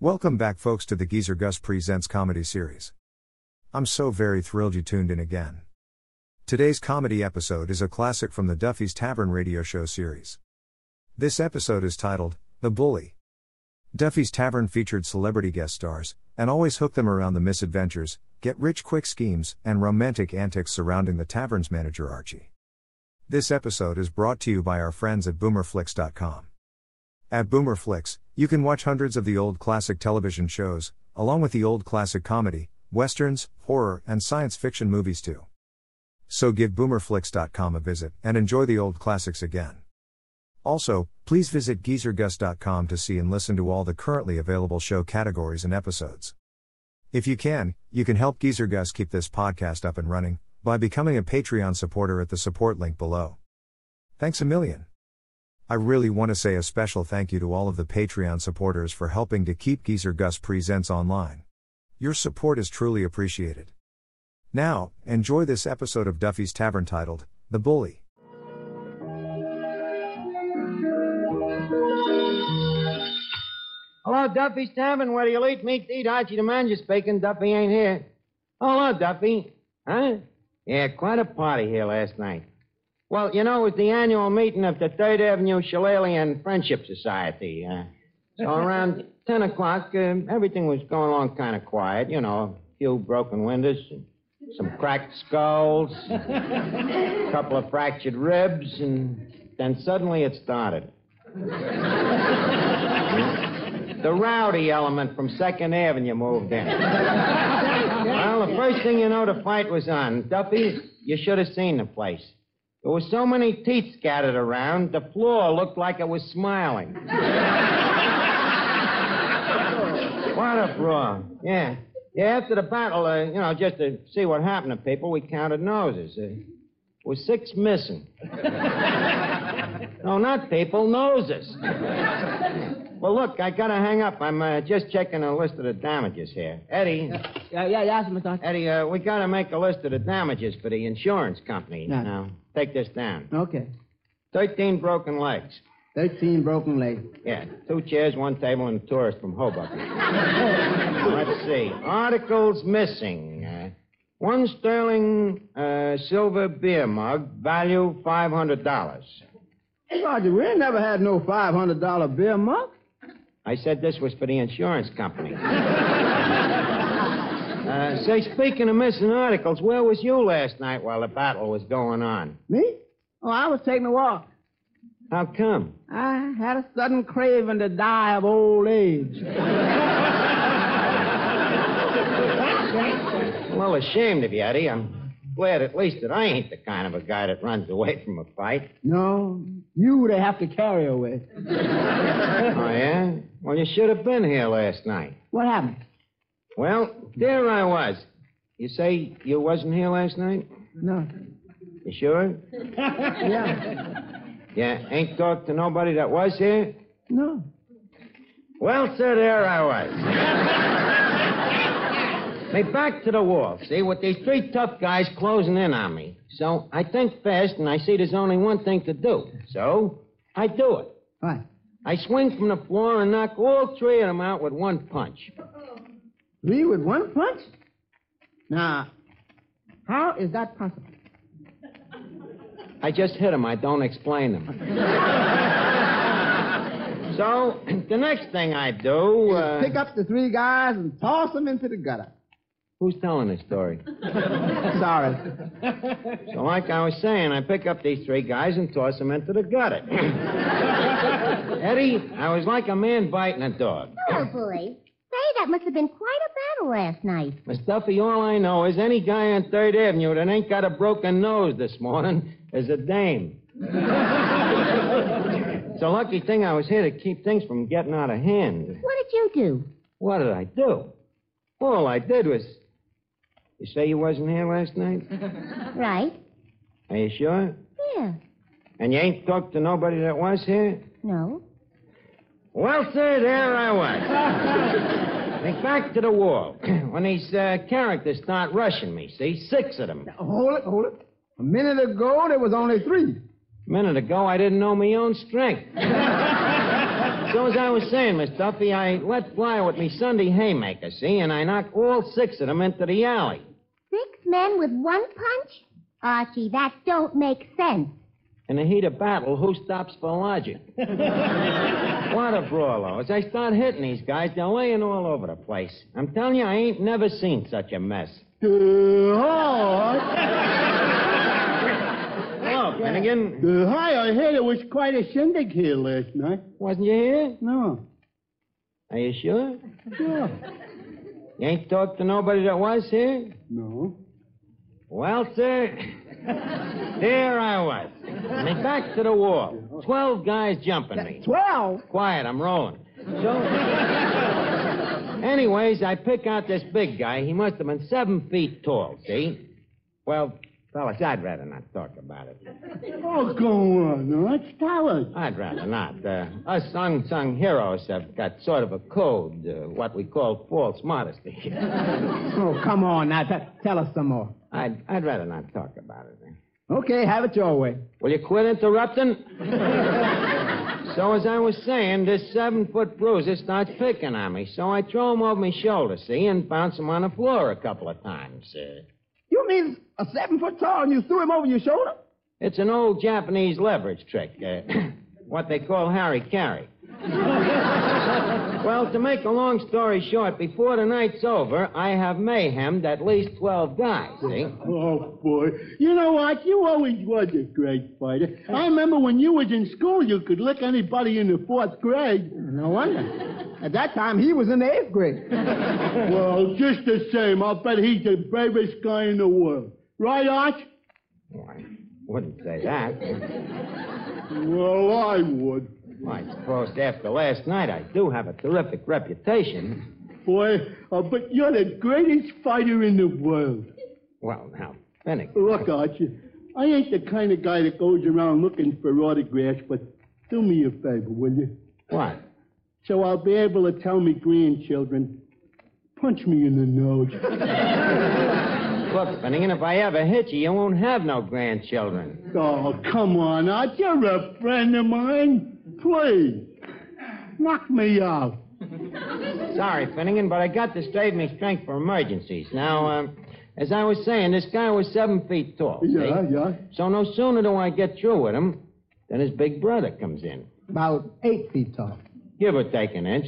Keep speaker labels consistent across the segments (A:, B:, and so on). A: Welcome back, folks, to the Geezer Gus Presents Comedy Series. I'm so very thrilled you tuned in again. Today's comedy episode is a classic from the Duffy's Tavern radio show series. This episode is titled, The Bully. Duffy's Tavern featured celebrity guest stars, and always hooked them around the misadventures, get rich quick schemes, and romantic antics surrounding the tavern's manager Archie. This episode is brought to you by our friends at boomerflix.com. At Boomerflix, you can watch hundreds of the old classic television shows, along with the old classic comedy, westerns, horror, and science fiction movies too. So give boomerflix.com a visit and enjoy the old classics again. Also, please visit geezergus.com to see and listen to all the currently available show categories and episodes. If you can, you can help Geezer Gus keep this podcast up and running by becoming a Patreon supporter at the support link below. Thanks a million. I really want to say a special thank you to all of the Patreon supporters for helping to keep Geezer Gus Presents online. Your support is truly appreciated. Now, enjoy this episode of Duffy's Tavern titled, The Bully.
B: Hello, Duffy's Tavern. Where do you eat meat? Eat Archie the Manager's bacon. Duffy ain't here. Hello, Duffy. Huh? Yeah, quite a party here last night. Well, you know, it was the annual meeting of the Third Avenue Shillelagh and Friendship Society. Uh, so around 10 o'clock, uh, everything was going along kind of quiet. You know, a few broken windows, and some cracked skulls, a couple of fractured ribs, and then suddenly it started. The rowdy element from Second Avenue moved in. well, the first thing you know, the fight was on. Duffy, you should have seen the place. There were so many teeth scattered around, the floor looked like it was smiling. what a brawl. Yeah. Yeah, after the battle, uh, you know, just to see what happened to people, we counted noses. Uh, was six missing. no, not people, noses. Well, look, I gotta hang up. I'm uh, just checking a list of the damages here. Eddie,
C: Yeah, yeah, yes, Mr. Hudson.
B: Eddie, uh, we gotta make a list of the damages for the insurance company.
C: Yeah.
B: Now, take this down.
C: Okay.
B: Thirteen broken legs.
C: 13 broken legs.
B: Yeah, two chairs, one table, and a tourist from Hoboken. Let's see. Articles missing. Uh, one sterling uh, silver beer mug, value five hundred dollars.
C: Roger, we ain't never had no $500 beer mug.
B: I said this was for the insurance company. Uh, say, speaking of missing articles, where was you last night while the battle was going on?
C: Me? Oh, I was taking a walk.
B: How come?
C: I had a sudden craving to die of old age.
B: A little ashamed of you, Eddie. I'm glad at least that I ain't the kind of a guy that runs away from a fight.
C: No, you would have to carry away.
B: Oh, yeah? Well, you should have been here last night.
C: What happened?
B: Well, there I was. You say you wasn't here last night?
C: No.
B: You sure?
C: Yeah.
B: Yeah, ain't talked to nobody that was here?
C: No.
B: Well, sir, there I was. Me back to the wall, see, with these three tough guys closing in on me. So I think fast, and I see there's only one thing to do. So I do it.
C: What?
B: I swing from the floor and knock all three of them out with one punch.
C: Three with one punch? Now, how is that possible?
B: I just hit them. I don't explain them. so the next thing I do. Uh,
C: Pick up the three guys and toss them into the gutter.
B: Who's telling this story?
C: Sorry.
B: So, like I was saying, I pick up these three guys and toss them into the gutter. Eddie, I was like a man biting a dog.
D: Oh, boy. Say, that must have been quite a battle last night.
B: Miss Duffy, all I know is any guy on Third Avenue that ain't got a broken nose this morning is a dame. it's a lucky thing I was here to keep things from getting out of hand.
D: What did you do?
B: What did I do? All I did was. You say you wasn't here last night?
D: Right?
B: Are you sure?
D: Yeah.
B: And you ain't talked to nobody that was here?
D: No.
B: Well, sir, there I was. Think back to the wall. when these uh, characters start rushing me, see? Six of them.
C: Hold it, hold it. A minute ago, there was only three.
B: A minute ago, I didn't know my own strength. So as I was saying, Miss Duffy, I let fly with me Sunday haymaker, see, and I knocked all six of them into the alley.
D: Six men with one punch? Archie, that don't make sense.
B: In the heat of battle, who stops for logic? what a brawler. As I start hitting these guys, they're laying all over the place. I'm telling you, I ain't never seen such a mess.
C: Too hard.
B: Hello, Finnegan.
C: Too high. I heard it was quite a shindig here last night.
B: Wasn't you here?
C: No.
B: Are you sure?
C: Sure.
B: You ain't talked to nobody that was here?
C: No.
B: Well, sir, here I was. My back to the wall. Twelve guys jumping me.
C: Twelve?
B: Quiet, I'm rolling. Anyways, I pick out this big guy. He must have been seven feet tall, see? Well, fellas, I'd rather not talk about it.
C: Oh, go on. No, it's towers.
B: I'd rather not. Uh, us unsung heroes have got sort of a code, uh, what we call false modesty.
C: Oh, come on now. Te- tell us some more.
B: I'd, I'd rather not talk about it.
C: Okay, have it your way.
B: Will you quit interrupting? so, as I was saying, this seven foot bruiser starts picking on me, so I throw him over my shoulder, see, and bounce him on the floor a couple of times. Uh,
C: You mean a seven foot tall and you threw him over your shoulder?
B: it's an old Japanese leverage trick, uh, what they call Harry Carry. well, to make a long story short, before the night's over, I have mayhemmed at least 12 guys, see?
C: Oh boy. You know what? You always was a great fighter. I remember when you was in school you could lick anybody in the fourth grade. No wonder. At that time he was in the eighth grade. well, just the same, I'll bet he's the bravest guy in the world. Right, Arch?
B: Well, I wouldn't say that.
C: Well, I would.
B: Well, I suppose after last night, I do have a terrific reputation.
C: Boy, I'll bet you're the greatest fighter in the world.
B: Well, now, Finnegan.
C: Look, Archie, I ain't the kind of guy that goes around looking for autographs, but do me a favor, will you?
B: What?
C: So I'll be able to tell me grandchildren, punch me in the nose.
B: Look, Finnegan, if I ever hit you, you won't have no grandchildren.
C: Oh, come on, Arch, you're a friend of mine. Please, knock me out.
B: Sorry, Finnegan, but I got to save me strength for emergencies. Now, um, as I was saying, this guy was seven feet tall. see?
C: Yeah, yeah.
B: So no sooner do I get through with him than his big brother comes in.
C: About eight feet tall.
B: Give or take an inch.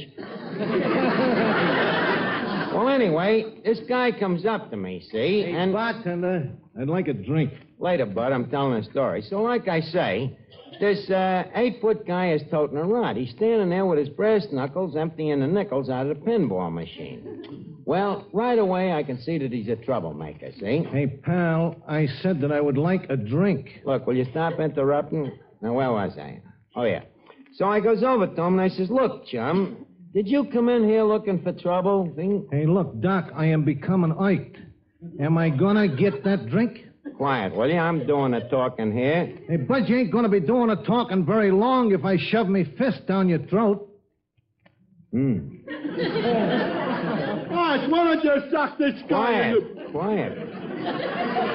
B: well, anyway, this guy comes up to me, see? and
E: bartender, I'd like a drink.
B: Later, Bud, I'm telling a story. So, like I say, this uh, eight foot guy is toting a rod. He's standing there with his brass knuckles emptying the nickels out of the pinball machine. Well, right away, I can see that he's a troublemaker, see?
E: Hey, pal, I said that I would like a drink.
B: Look, will you stop interrupting? Now, where was I? Oh, yeah. So I goes over to him and I says, Look, chum, did you come in here looking for trouble? Thing?
E: Hey, look, Doc, I am becoming Ike. Am I gonna get that drink?
B: Quiet, will you? I'm doing the talking here.
E: Hey, Bud, you ain't gonna be doing a talking very long if I shove me fist down your throat.
C: Arch, why don't you suck this guy? in
B: Quiet.
C: the-
B: Quiet.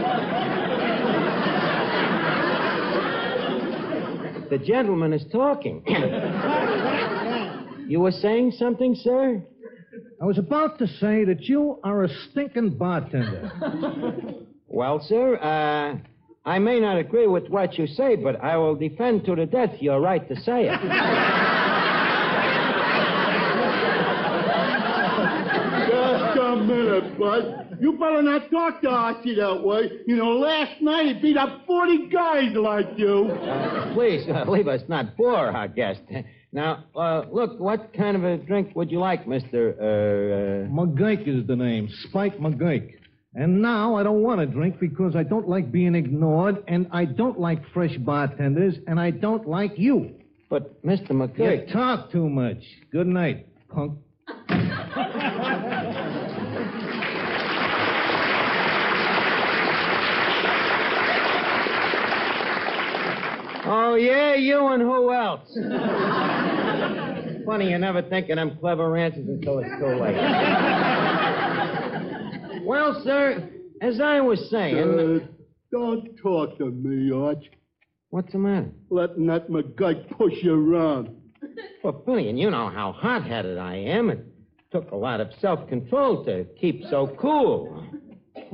B: the gentleman is talking. you were saying something, sir?
E: I was about to say that you are a stinking bartender.
B: Well, sir, uh, I may not agree with what you say, but I will defend to the death your right to say it.
C: Just a minute, bud. You better not talk to Archie that way. You know, last night he beat up 40 guys like you.
B: Uh, please, uh, leave us not poor, our guest. Now, uh, look, what kind of a drink would you like, Mr. Uh, uh,
E: McGuike is the name, Spike McGuike. And now I don't want to drink because I don't like being ignored, and I don't like fresh bartenders, and I don't like you.
B: but Mr. McCook?
E: You talk too much. Good night, punk.
B: Oh, yeah, you and who else? Funny, you never think of them clever ranches until it's too late. well, sir, as I was saying.
C: Uh, don't talk to me, Arch.
B: What's the matter?
C: Letting that McGuck push you around.
B: Well, Billy, and you know how hot headed I am. It took a lot of self control to keep so cool.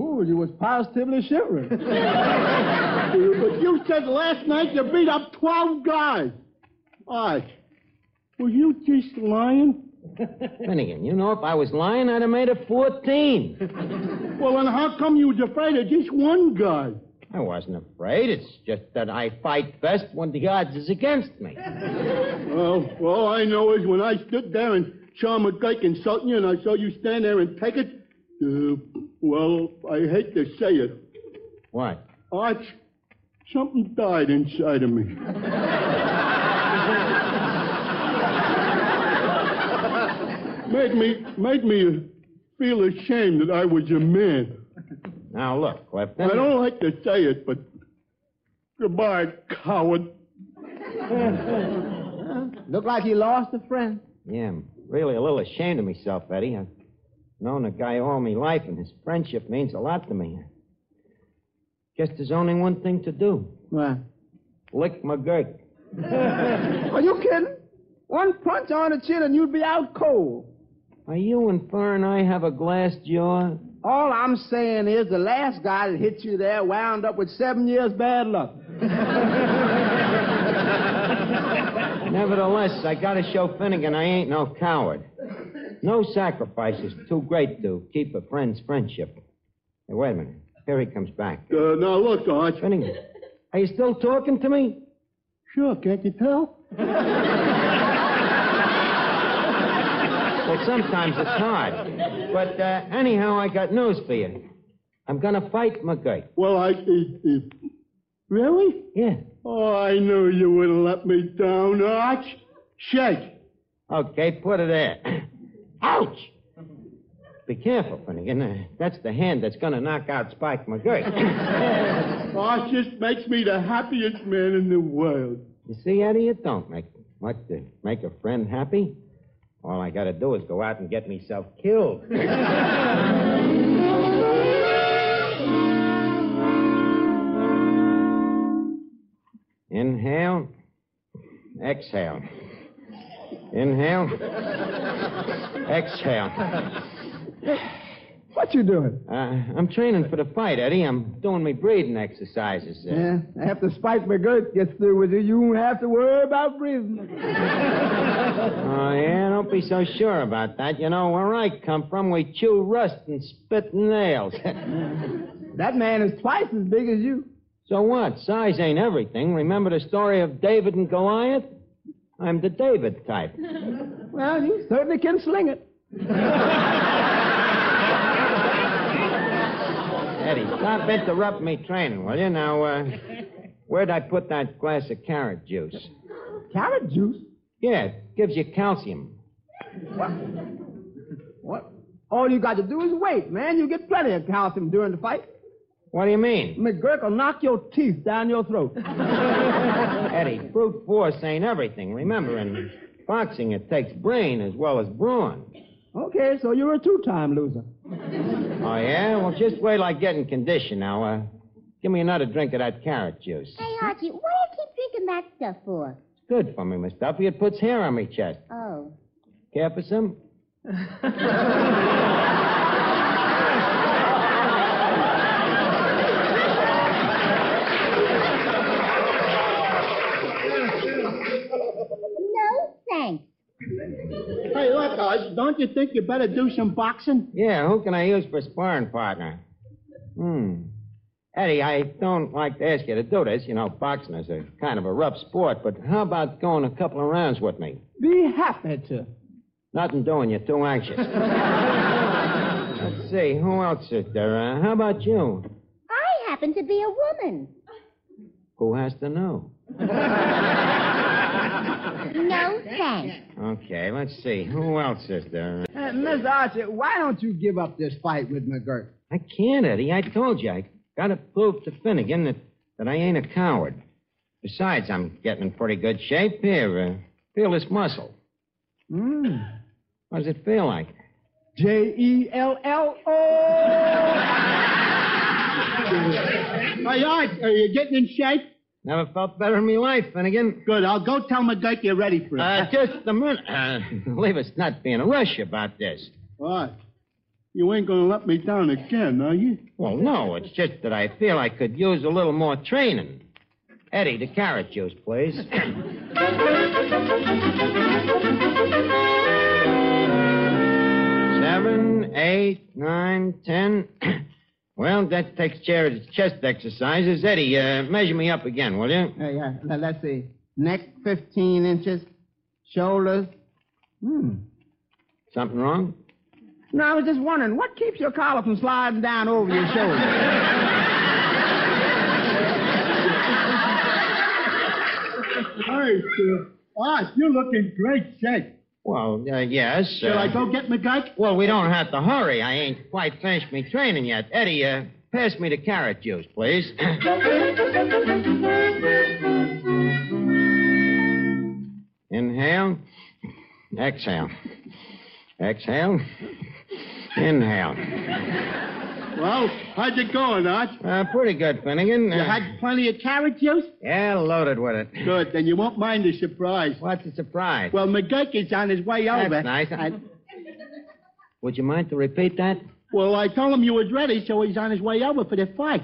C: Ooh, you was positively shivering. but you said last night you beat up 12 guys. Art, were you just lying?
B: Finnegan, you know, if I was lying, I'd have made it 14.
C: Well, then how come you was afraid of just one guy?
B: I wasn't afraid. It's just that I fight best when the odds is against me.
C: Well, all I know is when I stood there and Sean McGuike insulting you and I saw you stand there and take it, uh, well, I hate to say it,
B: What?
C: Arch, something died inside of me. made me, made me feel ashamed that I was a man.
B: Now, look, Clifton.
C: I don't like to say it, but goodbye, coward.
B: Look like you lost a friend. Yeah, I'm really a little ashamed of myself, Eddie. I've known a guy all my life, and his friendship means a lot to me. Guess there's only one thing to do.
C: What?
B: Lick McGurk.
C: Are you kidding? One punch on the chin and you'd be out cold.
B: Are you inferring I have a glass jaw?
C: All I'm saying is the last guy that hit you there wound up with seven years bad luck.
B: Nevertheless, I gotta show Finnegan I ain't no coward. No sacrifice is too great to keep a friend's friendship. Hey, wait a minute. Here he comes back.
C: Uh, now look, Arch.
B: Finnegan, are you still talking to me?
C: Sure, can't you tell?
B: Well, sometimes it's hard. But uh, anyhow, I got news for you. I'm gonna fight McGurk.
C: Well, I. it- it- really?
B: Yeah.
C: Oh, I knew you would have let me down, Arch. Shake.
B: Okay, put it there. Ouch! Be careful, Finnegan. Uh, that's the hand that's gonna knock out Spike McGurk.
C: Arch just makes me the happiest man in the world.
B: You see, Eddie, it don't make much to make a friend happy. All I gotta do is go out and get myself killed. Inhale. Exhale. Inhale. Exhale.
C: What you doing?
B: Uh, I'm training for the fight, Eddie. I'm doing my breathing exercises. Uh,
C: Eh, after Spike McGurk gets through with you, you won't have to worry about breathing.
B: Oh, yeah, don't be so sure about that. You know, where I come from, we chew rust and spit nails.
C: That man is twice as big as you.
B: so what? Size ain't everything. Remember the story of David and Goliath? I'm the David type.
C: Well, you certainly can sling it.
B: Eddie, stop interrupting me training, will you? Now, uh, where'd I put that glass of carrot juice?
C: Carrot juice?
B: Yeah, it gives you calcium.
C: What? All you got to do is wait, man. You get plenty of calcium during the fight.
B: What do you mean?
C: McGurk will knock your teeth down your throat.
B: Eddie, brute force ain't everything. Remember, in boxing, it takes brain as well as brawn.
C: okay, so you're a two-time loser.
B: Oh, yeah? Well, just wait till I get in condition now. Uh, give me another drink of that carrot juice.
D: Hey, Archie, what do you keep drinking that stuff for?
B: It's good for me, Miss Duffy. It puts hair on my chest.
D: Oh.
B: Care for some?
D: No, thanks.
C: Hey, look, Arch, don't you think you better do some boxing?
B: Yeah, who can I use for sparring partner? Hmm. Eddie, I don't like to ask you to do this. You know, boxing is a kind of a rough sport, but how about going a couple of rounds with me?
C: Be happy to.
B: Nothing doing, you're too anxious. Let's see, who else is there? Uh, how about you?
D: I happen to be a woman.
B: Who has to know?
D: No, thanks.
B: Okay, let's see, who else is there?
C: Miss Archer, why don't you give up this fight with McGurk?
B: I can't, Eddie. I told you. I gotta prove to Finnegan that, that I ain't a coward. Besides, I'm getting in pretty good shape here. Uh, feel this muscle.
C: Mm.
B: What does it feel like?
F: E
C: E J-E-L-L-O. hey, Arch, are you getting in shape?
B: Never felt better in my life, Finnegan.
C: Good. I'll go tell McGuike you're ready for it.
B: Uh, just a minute. Uh, believe it's not being a rush about this.
C: What? You ain't gonna let me down again, are you?
B: Well, no, it's just that I feel I could use a little more training. Eddie, the carrot juice, please. Seven, eight, nine, ten. Well, that takes care of the chest exercises. Eddie, uh, measure me up again, will you?
F: Yeah,
C: uh,
F: yeah. Now, let's see. Neck 15 inches, shoulders. Hmm.
B: Something wrong?
F: No, I was just wondering, what keeps your collar from sliding down over your shoulder?
C: Hey, sir. Ah, you look in great shape.
B: Well, uh, yes.
C: Shall
B: uh,
C: I go get McGuike?
B: Well, we don't have to hurry. I ain't quite finished me training yet. Eddie, uh, pass me the carrot juice, please. Inhale. Exhale. Exhale. Inhale.
C: Well, how'd you go, Arch?
B: Uh, pretty good, Finnegan.
C: You
B: Uh,
C: had plenty of carrot juice?
B: yeah, loaded with it.
C: Good, then you won't mind the surprise.
B: What's the surprise?
C: Well, McGuike is on his way
B: That's
C: over.
B: nice.
C: I-
B: Would you mind to repeat that?
C: well, I told him you was ready, so he's on his way over for the fight.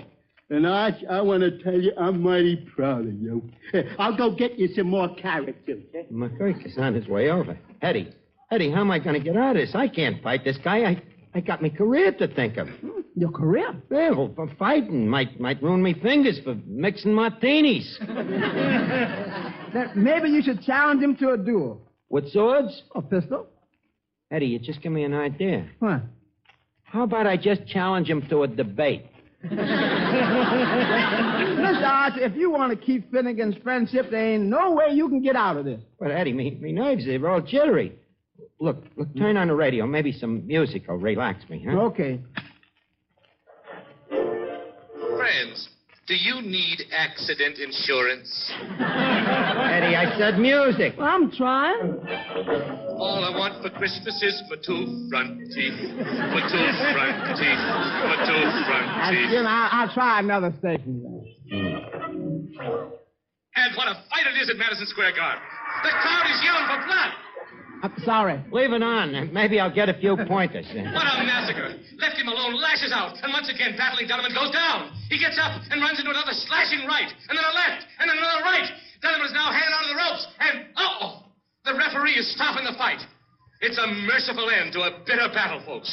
C: And Arch, I want to tell you, I'm mighty proud of you. I'll go get you some more carrot juice.
B: McGurk is on his way over. Eddie, Eddie, how am I going to get out of this? I can't fight this guy. I, I got my career to think of.
F: Hmm, your career?
B: Yeah, well, for fighting might might ruin me fingers for mixing martinis
F: Then maybe you should challenge him to a duel.
B: with swords.
F: A pistol?
B: Eddie, you just give me an idea.
F: Huh.
B: How about I just challenge him to a debate?
F: Mr. Archer, if you want to keep Finnegan's friendship, there ain't no way you can get out of this.
B: But Eddie, me, me nerves they're all jittery. Look, look, turn on the radio. Maybe some music will relax me, huh?
F: Okay.
G: Friends, do you need accident insurance?
B: Eddie, I said music.
F: I'm trying.
G: All I want for Christmas is my two front teeth. My two front teeth. My two
F: I,
G: front
F: you know,
G: teeth.
F: I, will try another station. then.
G: And what a fight it is at Madison Square Garden. The crowd is yelling for blood.
F: I'm sorry.
B: Leave it on. Maybe I'll get a few pointers.
G: What a massacre. Left him alone, lashes out, and once again battling Donovan goes down. He gets up and runs into another slashing right, and then a left, and then another right. Donovan is now hanging onto the ropes, and oh, the referee is stopping the fight. It's a merciful end to a bitter battle, folks.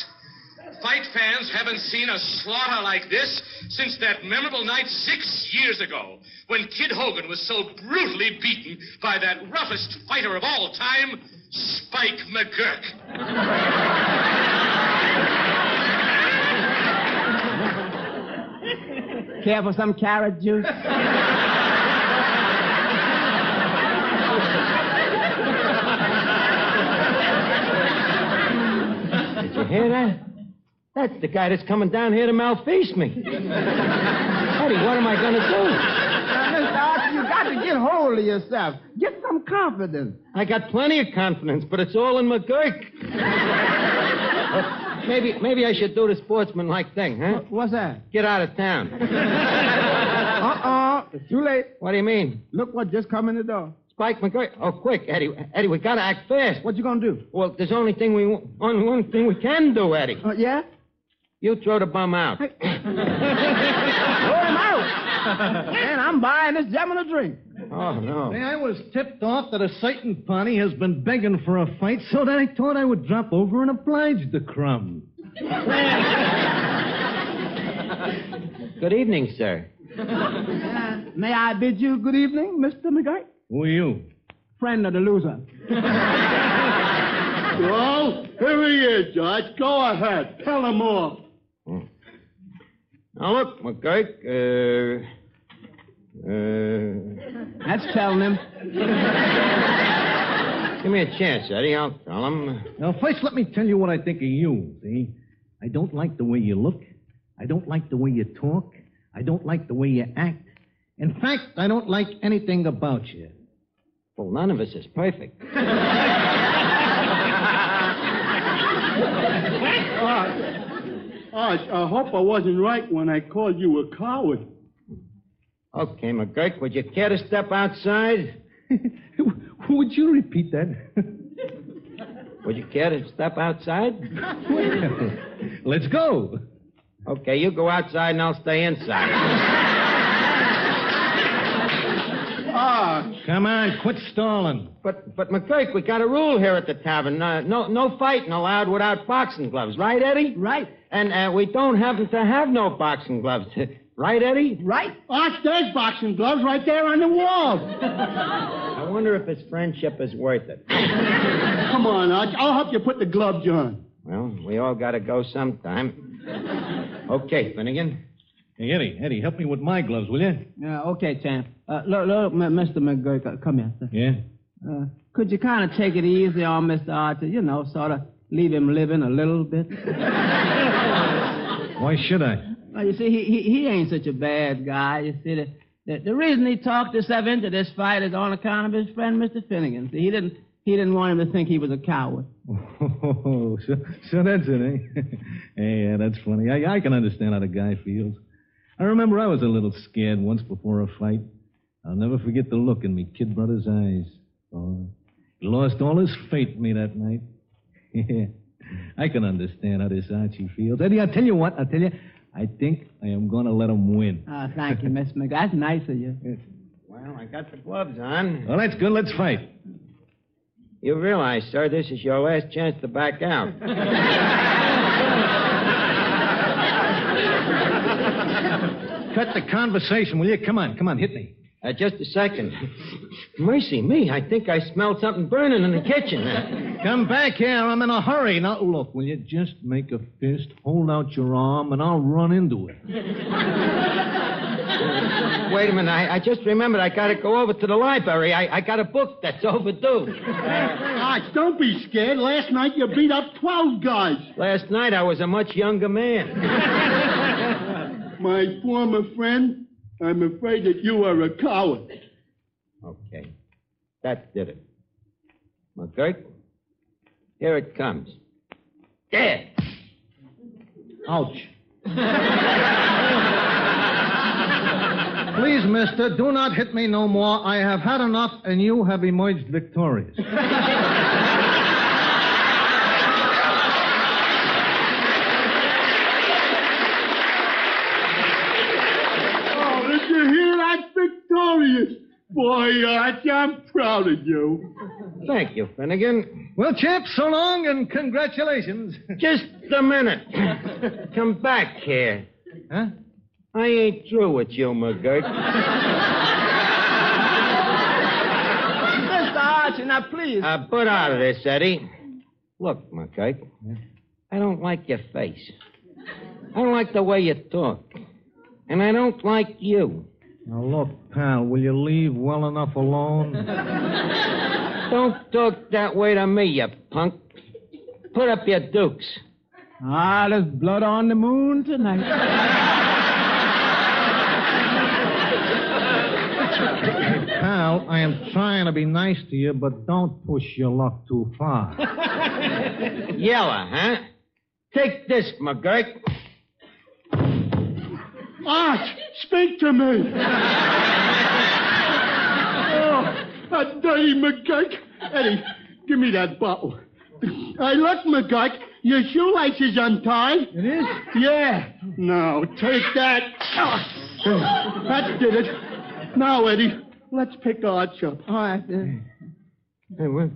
G: Fight fans haven't seen a slaughter like this since that memorable night six years ago when Kid Hogan was so brutally beaten by that roughest fighter of all time, Spike McGurk.
F: Care for some carrot juice?
B: Did you hear that? That's the guy that's coming down here to malfeast me. Eddie, what am I going to
F: Now, Mr. Archer, you got to get hold of yourself. Get some confidence.
B: do? I got plenty of confidence, but it's all in McGurk. maybe, maybe I should do the sportsman-like thing, huh?
F: What's that?
B: Get out of town.
F: Uh-uh. It's too late.
B: What do you mean?
F: Look what just come in the door.
B: Spike McGurk. Oh, quick, Eddie. Eddie, we got to act fast.
F: What you gonna do?
B: Well, there's only thing we only one thing we can do, Eddie.
F: Uh, yeah?
B: You throw the bum out.
F: Throw him out. and I'm buying this gentleman a drink.
B: Oh no.
E: I was tipped off that a Satan party has been begging for a fight, so that I thought I would drop over and oblige the crumb.
B: Good evening, sir.
F: May I bid you good evening, Mr. McGuire?
E: Who are you?
F: Friend of the loser.
C: Oh, here he is, Arch. Go ahead. Tell him off.
B: Now look, McGurk. Uh, uh,
F: That's telling him.
B: Give me a chance, Eddie. I'll tell him.
E: Now, first, let me tell you what I think of you, see? I don't like the way you look. I don't like the way you talk. I don't like the way you act. In fact, I don't like anything about you.
B: Well, none of us is perfect.
C: Oh, Arch, I hope I wasn't right when I called you a coward.
B: Okay, McGurk, would you care to step outside?
E: Would you repeat that?
B: Would you care to step outside?
E: Let's go.
B: Okay, you go outside and I'll stay inside.
E: Come on, quit stalling.
B: But, but McGurk, we got a rule here at the tavern. Uh, no, no fighting allowed without boxing gloves, right, Eddie?
F: Right.
B: And uh, we don't happen to have no boxing gloves, right, Eddie?
F: Right?
C: Arch, there's boxing gloves right there on the wall.
B: I wonder if his friendship is worth it.
C: Come on, Arch. I'll help you put the gloves on.
B: Well, we all got to go sometime. Okay, Finnegan.
E: Hey, Eddie, Eddie, help me with my gloves, will you?
F: Yeah, okay, champ. Uh, look, look, M- Mr. McGurk, uh, come here. sir.
E: Yeah.
F: Uh, could you kind of take it easy on Mr. Archer? You know, sort of leave him living a little bit.
E: Why should I?
F: Well, you see, he, he, he ain't such a bad guy. You see, the, the, the reason he talked himself into this fight is on account of his friend, Mr. Finnegan. See, he didn't, he didn't want him to think he was a coward.
E: Oh, so, so that's it, eh? hey, yeah, that's funny. I, I can understand how the guy feels. I remember I was a little scared once before a fight. I'll never forget the look in me kid brother's eyes. Oh, he lost all his faith in me that night. Yeah, I can understand how this Archie feels. Eddie, I'll tell you what, I'll tell you, I think I am going to let him win.
F: Ah, thank you, Mr. McGurk. That's nice of you.
B: Well, I got the gloves on.
E: Well, that's good. Let's fight.
B: You realize, sir, this is your last chance to back out.
E: Cut the conversation, will you? Come on, come on, hit me.
B: Uh, just a second. Mercy me, I think I smelled something burning in the kitchen.
E: Come back here. I'm in a hurry. Now, look, will you just make a fist, hold out your arm, and I'll run into it.
B: Wait a minute, I, I just remembered I gotta go over to the library. I, I got a book that's overdue.
C: Arch, don't be scared. Last night you beat up 12 guys.
B: Last night I was a much younger man.
C: My former friend, I'm afraid that you are a coward.
B: Okay, that did it. McGurk, here it comes. There!
E: Ouch. Please, mister, do not hit me no more. I have had enough, and you have emerged victorious.
C: Oh, did you hear that? Victorious. Boy, Arch, I'm proud of you.
B: Thank you, Finnegan.
E: Well, chaps, so long, and congratulations.
B: Just a minute. Come back here.
E: huh?
B: I ain't through with you, McGurk.
F: Mr. Archer, now please.
B: Uh, put out of this, Eddie. Look, McGurk, I don't like your face. I don't like the way you talk. And I don't like you.
E: Now, look, pal, will you leave well enough alone?
B: Don't talk that way to me, you punk. Put up your dukes.
F: Ah, there's blood on the moon tonight.
E: pal, I am trying to be nice to you, but don't push your luck too far.
B: Yellow, huh? Take this, McGurk.
C: Arch, speak to me. oh, that dirty McGurk. Eddie, give me that bottle. Hey, look, McGurk, your shoelace is untied.
E: It is?
C: Yeah. Now, take that. Oh, that did it. Now, Eddie, let's pick Arch up.
F: All right. uh,
B: Hey, where,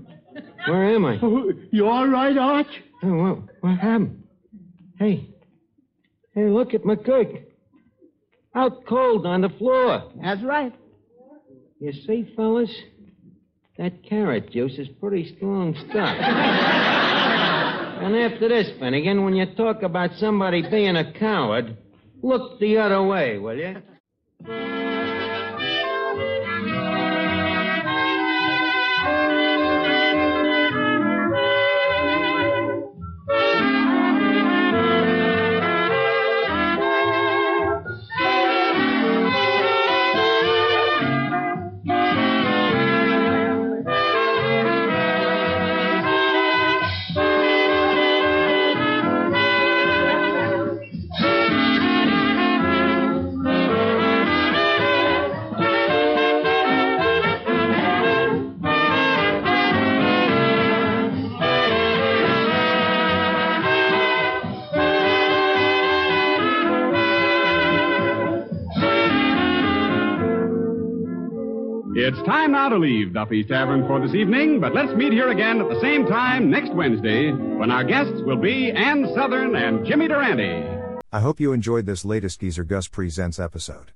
B: where am I?
C: Oh, You all right, Arch?
B: Hey, what, Oh, what happened? Hey. Hey, look at McGurk. Out cold on the floor.
F: That's right.
B: You see, fellas, that carrot juice is pretty strong stuff. and after this, Finnegan, when you talk about somebody being a coward, look the other way, will you?
D: Thank you.
C: It's time now to leave Duffy's Tavern for this evening, but let's meet here again at the same time next Wednesday when our guests will be Ann Southern and Jimmy Durante.
A: I hope you enjoyed this latest Geezer Gus Presents episode.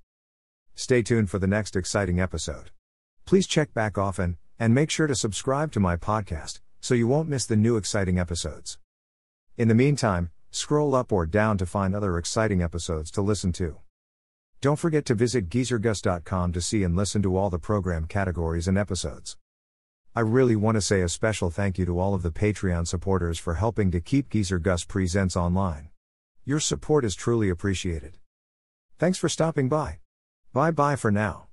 A: Stay tuned for the next exciting episode. Please check back often, and make sure to subscribe to my podcast so you won't miss the new exciting episodes. In the meantime, scroll up or down to find other exciting episodes to listen to. Don't forget to visit geezergus.com to see and listen to all the program categories and episodes. I really want to say a special thank you to all of the Patreon supporters for helping to keep Geezer Gus Presents online. Your support is truly appreciated. Thanks for stopping by. Bye bye for now.